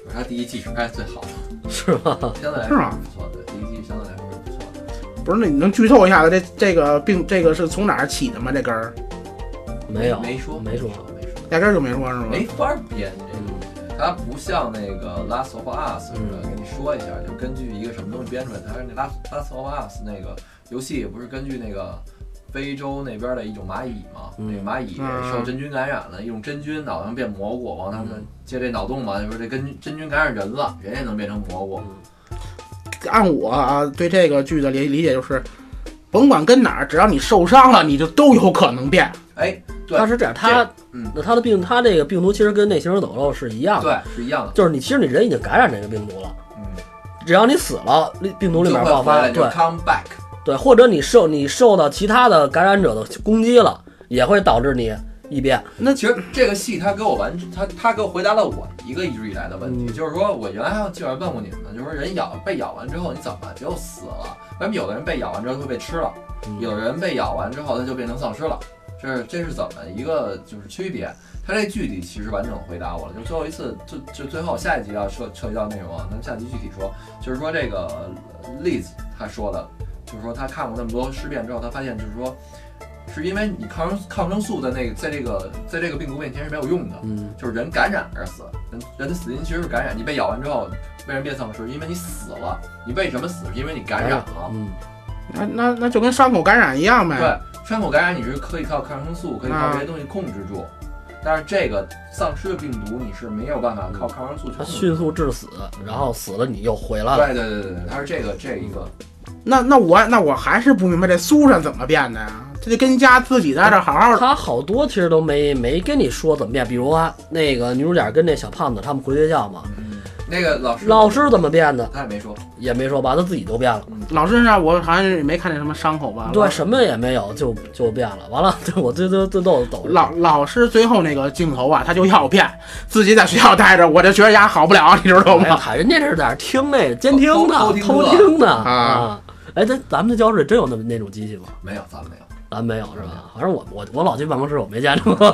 S1: 我说它第一季应该是最好 的，
S2: 是吧？
S1: 相对来
S3: 是
S1: 说
S3: 吗
S1: 是不错的，第一季相对来说是不错的。
S3: 不是，那你能剧透一下子这这个病这个是从哪儿起的吗？这根儿
S2: 没有，
S1: 没说，
S2: 没
S1: 说
S2: 说，，
S1: 没说，
S3: 压根儿就没说是吗？
S1: 没法编这个东西，它不像那个《Last of Us》似的，
S2: 嗯
S1: 跟你说一下，就根据一个什么东西编出来的。它是那《Last Last of Us》那个游戏不是根据那个非洲那边的一种蚂蚁嘛，
S2: 嗯
S1: 那个蚂蚁
S3: 嗯
S1: 受真菌感染了，一种真菌脑袋上变蘑菇，往他们
S2: 嗯
S1: 接这脑洞嘛，就是这根真菌感染人了，人也能变成蘑菇。
S3: 按我啊对这个剧的理理解就是，甭管跟哪儿，只要你受伤了，你就都有可能变。
S1: 哎，对
S2: 他是这样，他
S1: 嗯
S2: 那他的病，他这个病毒其实跟那行尸走肉是一样的，
S1: 对，是一样的，
S2: 就是你其实你人已经感染这个病毒了，
S1: 嗯，
S2: 只要你死了，病毒里
S1: 就
S2: 面
S1: 会
S2: 爆
S1: 回
S2: 发，
S1: 来就
S2: 对
S1: come back。
S2: 对，或者你受你受到其他的感染者的攻击了，也会导致你异变。
S3: 那
S1: 其实这个戏他给我完，他他给我回答了我一个一直以来的问题，
S2: 嗯
S1: 就是说我原来还记得问过你们呢，就是说人咬被咬完之后你怎么就死了？为什么有的人被咬完之后会被吃了，
S2: 嗯
S1: 有人被咬完之后他就变成丧尸了？这是这是怎么一个就是区别？他这剧里其实完整回答我了，就最后一次，就就最后下一集要涉涉及到内容啊，咱们下集具体说，就是说这个 Liz 他说的，就是说他看过那么多尸变之后，他发现就是说，是因为你抗生抗生素的那个在这个在这个病毒面前是没有用的，
S2: 嗯，
S1: 就是人感染而死，人人的死因其实是感染，你被咬完之后为什么变丧尸？因为你死了，你为什么死？是因为你感染了。
S2: 嗯，
S3: 那那那就跟伤口感染一样呗。
S1: 对，伤口感染你是可以靠抗生素，可以靠这些东西控制住，但是这个丧尸的病毒你是没有办法靠抗生素去
S2: 他
S1: 控制。
S2: 迅速致死，然后死了你又回来了。
S1: 对对对对对，它是这个这一个，
S3: 那那我那我还是不明白这苏珊怎么变的呀？这就跟家自己在这儿好好的
S2: 他好多其实都没没跟你说怎么变，比如啊，那个女主角跟那小胖子他们回学校嘛，
S1: 嗯，那个老师
S2: 老师怎么变的
S1: 他也没说，
S2: 也没说吧，他自己就变了。
S3: 老身上，我好像也没看见什么伤口吧？
S2: 对，什么也没有，就就变了。完了， 对我最最最逗的抖着
S3: 老老师最后那个镜头啊，他就要变，自己在学校待着，我就觉得丫好不了，你知道
S2: 哎呀
S3: 吗？
S2: 他人家这是在那儿听那监听
S1: 偷
S2: 呢
S1: 偷，听
S2: 偷
S1: 课
S2: 听呢
S3: 啊！
S2: 哎，咱咱们这教室真有那么那种机器吗？
S1: 没有，咱们没有。
S2: 咱没有是
S3: 嗯
S2: 吧？反正我我我老去办公室，我没见着 过。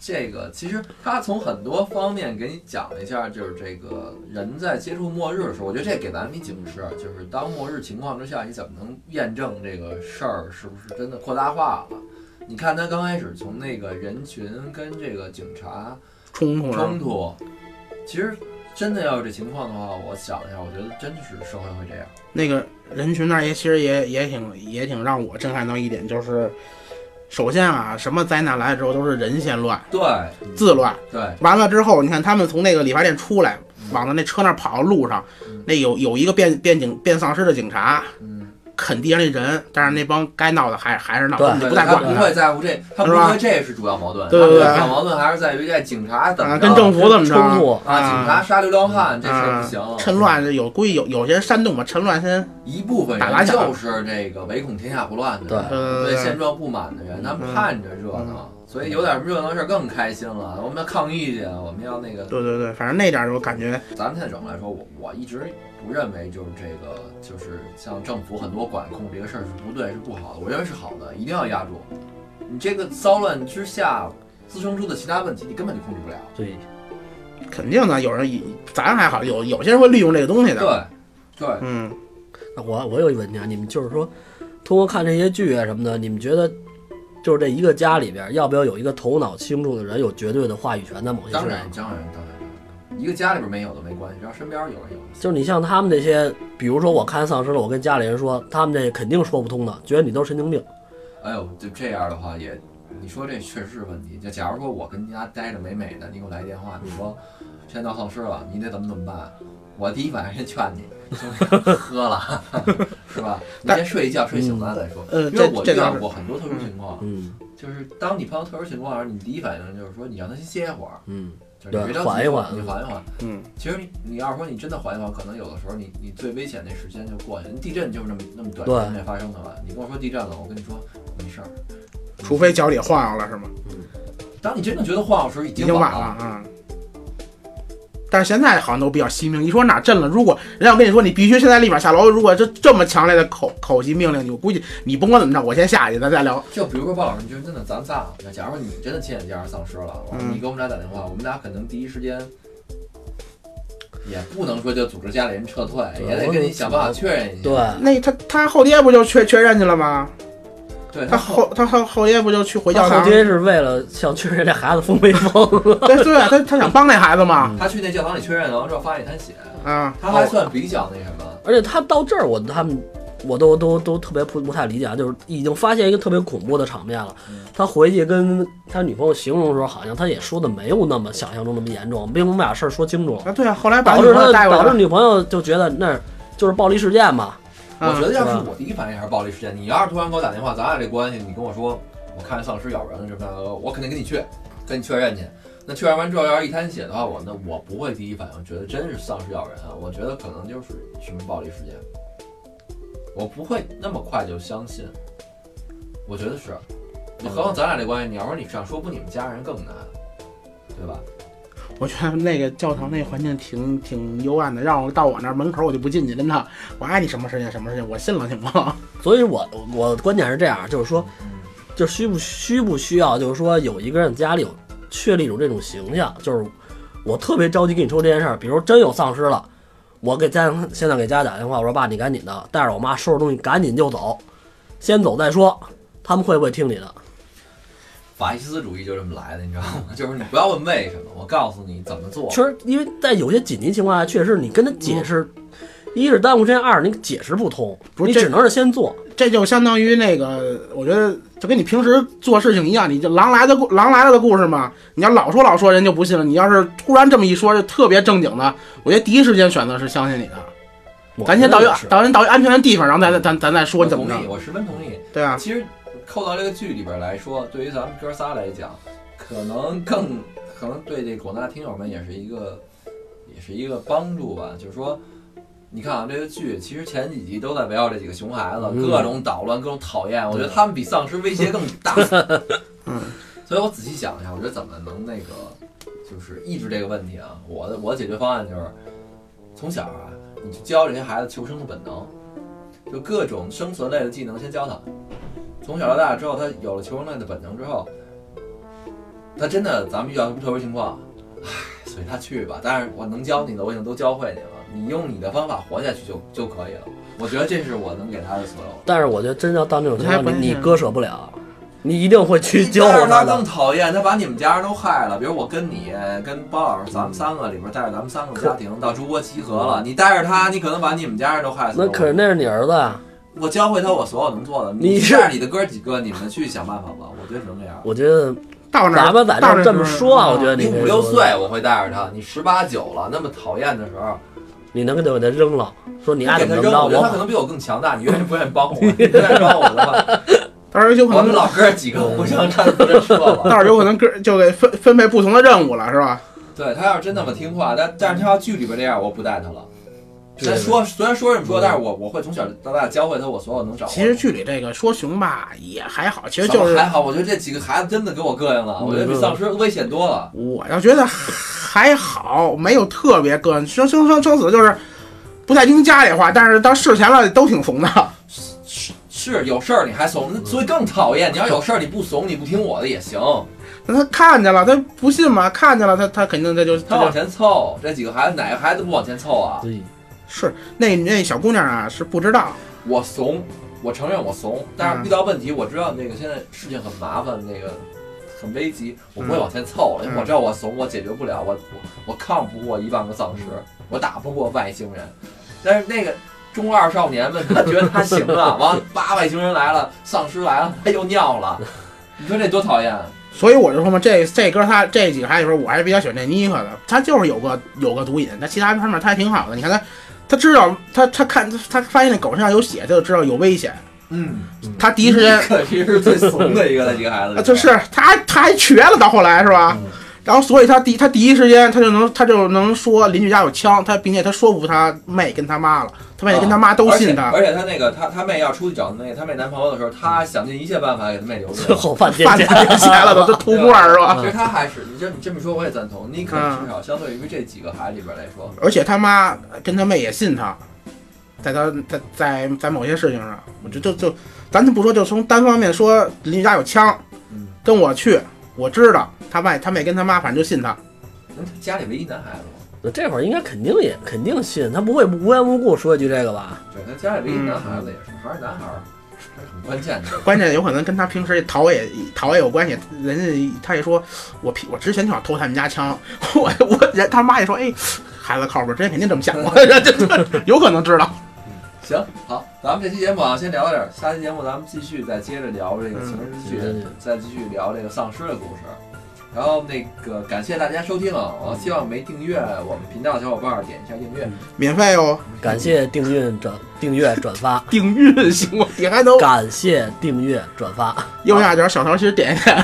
S1: 这个其实他从很多方面给你讲了一下，就是这个人在接触末日的时候，我觉得这给咱们一警示，就是当末日情况之下，你怎么能验证这个事儿是不是真的扩大化了？你看他刚开始从那个人群跟这个警察
S3: 冲突
S1: 嗯
S3: 了
S1: 冲突，其实真的要有这情况的话，我想了一下，我觉得真的是社会会这样。
S3: 那个人群那儿也其实也也挺也挺让我震撼到一点，就是首先啊，什么灾难来了之后都是人先乱，
S1: 对
S3: 自乱，
S1: 对，
S3: 完了之后，你看他们从那个理发店出来，往他那车那儿跑，路上那有有一个变变警变丧尸的警察
S1: 嗯，
S3: 啃地上那人，但是那帮该闹的还还是闹，
S2: 对
S3: 根本就
S1: 对
S3: 不带
S1: 他
S3: 管
S1: 不
S3: 的
S1: 会在乎这，他不
S3: 是吧
S1: 会这是主要矛盾，
S3: 对对对
S1: 他主要矛盾还是在于这警察怎
S3: 啊，
S1: 么
S3: 跟
S1: 着
S3: 政府怎么着
S2: 冲突
S1: 啊，警察杀流浪汉这事儿不行，
S3: 嗯啊趁乱有规有有些人煽动吧，趁乱先
S1: 一部分
S3: 打砸
S1: 人
S3: 抢
S1: 就是这个唯恐天下不乱的人，
S3: 对嗯
S1: 对现状不满的人，他们盼着热闹，所以有点热闹的事儿更开心了。我们要抗议去，啊我们要那个。
S3: 对对对，反正那点儿我感觉
S1: 咱们现在整个来说，我我一直不认为就是这个，就是像政府很多管控这个事儿是不对，是不好的。我认为是好的，一定要压住。你这个骚乱之下滋生出的其他问题，你根本就控制不了。
S2: 对，
S3: 肯定的，有人以咱还好，有有些人会利用这个东西的，
S1: 对，对，
S3: 嗯，
S2: 那我我有一问题啊，你们就是说，通过看这些剧啊什么的，你们觉得就是这一个家里边，要不要有一个头脑清楚的人有绝对的话语权在某些
S1: 当
S2: 事
S1: 然，
S2: 上？
S1: 当然，当然，一个家里边没有的没关系，只要身边有人有就
S2: 就是你像他们这些，比如说我看丧尸了，我跟家里人说，他们这肯定说不通的，觉得你都是神经病。
S1: 哎呦，就这样的话也，你说这确实是问题。就假如说我跟家待着美美的，你给我来一电话，你说现在闹丧尸了，啊你得怎么怎么办？我第一反应先劝你，兄弟，喝了， 是吧？你
S3: 但
S1: 先睡一觉，睡醒了再说。
S3: 呃，
S1: 因为
S3: 这
S1: 我
S3: 这
S1: 遇
S3: 倒
S1: 到
S3: 是
S1: 过很多特殊情况，
S2: 嗯
S1: 就是当你碰到特殊情况时，你第一反应就是说你让他先歇会儿，
S2: 嗯，
S1: 就是你别着急，
S2: 对缓一缓
S1: 你缓一缓。
S3: 嗯，
S1: 其实你你要是说你真的缓一缓，可能有的时候你你最危险那时间就过去了。地震就是那么那么短时间内发生的吧？你跟我说地震了，我跟你说没事儿。
S3: 除非脚底晃悠了是吗？
S1: 当你真的觉得晃悠时，已
S3: 已
S1: 经
S3: 经晚
S1: 晚
S3: 了啊。嗯但是现在好像都比较惜命，一说哪儿震了，如果人家我跟你说你必须现在立马下楼，如果这这么强烈的口口级命令你，我估计你甭管怎么着，我先下去，咱再聊。
S1: 就比如说鲍老师，你觉得真的咱仨，假如说你真的亲眼见着丧尸了，
S3: 嗯
S1: 你给我们俩打电话，我们俩可能第一时间。也不能说就组织家里人撤退，
S2: 对
S1: 也得跟你想办法确认一下。
S2: 对，
S3: 那他他后爹不就确确认去了吗？
S1: 对，
S3: 他
S1: 后
S3: 后他后后爹不就去回
S2: 他
S3: 教堂
S2: 后？爹是为了想确认这孩子疯没疯。
S3: 对对啊，他他想帮那孩子 嘛。
S1: 他去那教堂里确认完之后，发现一滩血，
S3: 啊，
S1: 他还算比较那什么。
S2: 而且他到这儿，我他们我都都都特别不不太理解啊，就是已经发现一个特别恐怖的场面了
S1: 嗯。
S2: 他回去跟他女朋友形容的时候，好像他也说的没有那么想象中那么严重，并把俩事儿说清楚了，
S3: 啊对啊，后来把
S2: 导
S3: 女
S2: 致
S3: 朋友
S2: 他
S3: 带过来
S2: 导致
S3: 了。
S2: 女朋友就觉得那儿就是暴力事件嘛。
S1: 我
S3: 啊
S1: 觉得要
S2: 是
S1: 是
S2: 吧
S1: 我第一反应还是暴力事件。你要是突然给我打电话，咱俩这关系，你跟我说我看丧尸咬人了什么的，呃我肯定跟你去，跟你确认去。那确认完之后，要是一滩血的话，我那我不会第一反应觉得真是丧尸咬人啊，我觉得可能就是什么暴力事件，我不会那么快就相信。我觉得是，你何况咱俩这关系，你要说你想说服你们家人更难，对吧？
S3: 我觉得那个教堂那环境挺挺幽暗的，让我到我那儿门口我就不进去，真的。我爱你什么事情什么事情，我信了行吗？
S2: 所以我我关键是这样，就是说，就需不需不需要，就是说有一个人家里有确立一种这种形象，就是我特别着急跟你说这件事儿，比如真有丧尸了，我给家现在给家打电话，我说爸你赶紧的，带着我妈收拾东西赶紧就走，先走再说，他们会不会听你的？
S1: 法西斯主义就这么来的，你知道吗？ 就是你不要问为什么，我告诉你怎么做。
S2: 确实，因为在有些紧急情况下，确实你跟他解释，一是耽误时间，二是你解嗯释不通，
S3: 不是
S2: 你
S3: 这
S2: 只能是先做。
S3: 这就相当于那个，我觉得就跟你平时做事情一样，你就狼来的故狼来了的故事嘛。你要老说老说，人就不信了。你要是突然这么一说，就特别正经的，我觉得第一时间选择是相信你的。
S2: 我
S3: 咱先
S2: 觉
S3: 到
S2: 得
S3: 一
S2: 也是
S3: 咱先到一安全的地方，然后咱咱咱再说
S1: 我
S3: 你怎么
S1: 同
S3: 着
S1: 意，。我十分同意。
S3: 对啊，
S1: 其实扣到这个剧里边来说，对于咱们哥仨来讲，可能更可能对这广大听友们也是一个也是一个帮助吧。就是说，你看啊，这个剧其实前几集都在围绕这几个熊孩子，
S2: 嗯
S1: 各种捣乱，各种讨厌。我觉得他们比丧尸威胁更大。
S3: 嗯，
S1: 所以我仔细想了一下，我觉得怎么能那个就是抑制这个问题啊？我的我的解决方案就是从小啊，你就教这些孩子求生的本能，就各种生存类的技能先教他。从小到大之后，他有了求生类的本能之后，他真的咱们遇到什么特殊情况，唉，随他去吧。但是我能教你的，我已经都教会你了，你用你的方法活下去就就可以了。我觉得这是我能给他的所有。
S2: 但是我觉得真要到那种情
S3: 还
S2: 况，
S3: 关
S2: 你你
S3: 键
S2: 割舍不了。你一定会去救
S1: 但是
S2: 他
S1: 他
S2: 的
S1: 更。讨厌，他把你们家人都害了。比如我跟你、跟包老师，咱们三个里边带着咱们三个家庭到中国集合了，你带着他，你可能把你们家人都害死了。
S2: 那可是那是你儿子啊！
S1: 我教会他我所有能做的。
S2: 你是
S1: 带着你的哥几个，你们去想办法吧。我觉得只能这样。
S2: 我觉得
S3: 到那儿
S2: 咱们在这
S3: 到那
S2: 儿这么说啊，我觉得
S1: 你
S2: 你
S1: 五六岁我会带着他，你十八九了，那么讨厌的时候，
S2: 你能给他给他扔了，说你爱
S1: 给
S2: 怎
S1: 他
S2: 么怎
S1: 扔，
S2: 么着，
S1: 我觉得他可
S2: 我
S1: 能比我更强大。你愿意不愿意帮我？你不愿意帮我的 话，
S3: 到时候有可
S1: 我们
S3: 能
S1: 老哥几个互相站着这说吧。
S3: 到时候有可能个就给分分配不同的任务了，是吧？
S1: 对他要是真那么听
S3: 嗯
S1: 话，但但是他要剧里边这样，我不带他了。
S2: 对
S1: 咱说虽然说这么说，但是我我会从小到大教会他我所有
S2: 哦
S1: 能掌握的。
S3: 嗯其实剧里这个说熊吧也还好，其实就是嗯
S1: 还好，我觉得这几个孩子真的给我膈应了，我觉得比丧尸危险多了。
S3: 我要觉得还好，没有特别个人生生生生死就是不太听家里话，但是到事前了都挺怂的。
S1: 是有事儿你还怂，
S3: 嗯
S1: 那所以更讨厌。你要有事儿你不怂，你不听我的也行。
S3: 那他看见了，他不信嘛？看见了，他他肯定他就
S1: 他
S3: 他
S1: 往
S3: 就
S1: 前凑，这几个孩子哪个孩子不往前凑啊？
S2: 对
S3: 是那那小姑娘啊是不知道，
S1: 我怂，我承认我怂，但
S3: 嗯
S1: 是遇到问题我知道那个现在事情很麻烦，那个很危急，我
S3: 嗯
S1: 不会往前凑了，因为我知道我怂，我解决不了，我我我抗不过一万个丧尸，
S3: 嗯
S1: 我打不过外星人。但是那个中二少年们，他觉得他行了，完了叭外星人来了，丧尸来了，他又尿了，你说这多讨厌？啊
S3: 所以我就说嘛，这这哥他这几个孩子里边，我还是比较喜欢这妮可的，他就是有个有个毒瘾，但其他方面他还挺好的。你看他，他知道他他看他发现那狗身上有血，他就知道有危险，
S1: 嗯，
S3: 他第一时间
S1: 可其实是最怂的一个那几个孩子里
S3: 啊，
S1: 边，
S3: 就是他还他还瘸了，到后来是吧？
S2: 嗯
S3: 然后所以他第他第一时间他就能他就能说邻居家有枪，他并且他说服他妹跟他妈了，他妹跟他妈都信他，
S1: 而且而且他那个他他妹要出去找那个他妹男朋友的时候，他想尽一切办法给他妹留住。
S2: 最后饭店
S3: 犯
S2: 见
S3: 他起来 了都都偷罐是
S2: 嗯
S3: 吧？
S1: 其实他还是，你这你这么说我也赞同，尼克至少相对于这几个孩子里边来说，
S3: 而且他妈跟他妹也信他，在他在在在某些事情上，我觉得就就咱就不说，就从单方面说邻居家有枪，
S1: 嗯，
S3: 跟我去，我知道他妹他妹跟他妈反正就信他，
S1: 那他家里唯一男孩子嘛，
S2: 那这会儿应该肯定也肯定信，他不会无缘无故说一句这个吧？
S1: 对，他家里唯一男孩子也是，还是男孩儿，还是很关键 的。
S3: 关键有可能跟他平时逃也逃也有关系。人家他一说，我屁我之前就想偷他们家枪， 我我人他妈一说，哎，孩子靠谱，之前肯定这么想过，
S1: 嗯
S3: 有可能知道。
S1: 行，好，咱们这期节目啊，先聊到这儿，下期节目咱们继续再接着聊这个情人之剧，
S2: 嗯
S1: 再继续聊这个丧尸的故事。然后那个感谢大家收听啊，我希望没订阅我们频道的小伙伴儿点一下订阅，
S3: 免费哦，
S2: 嗯感谢订阅转订阅转发，
S3: 订阅行吗？点开都
S2: 感谢订阅转发，
S3: 右下角小桃心点一下，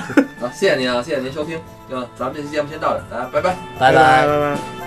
S1: 啊，谢谢您啊，谢谢您收听，行，咱们这期节目先到这儿，大家拜拜。
S3: 拜
S2: 拜拜。
S3: 拜拜。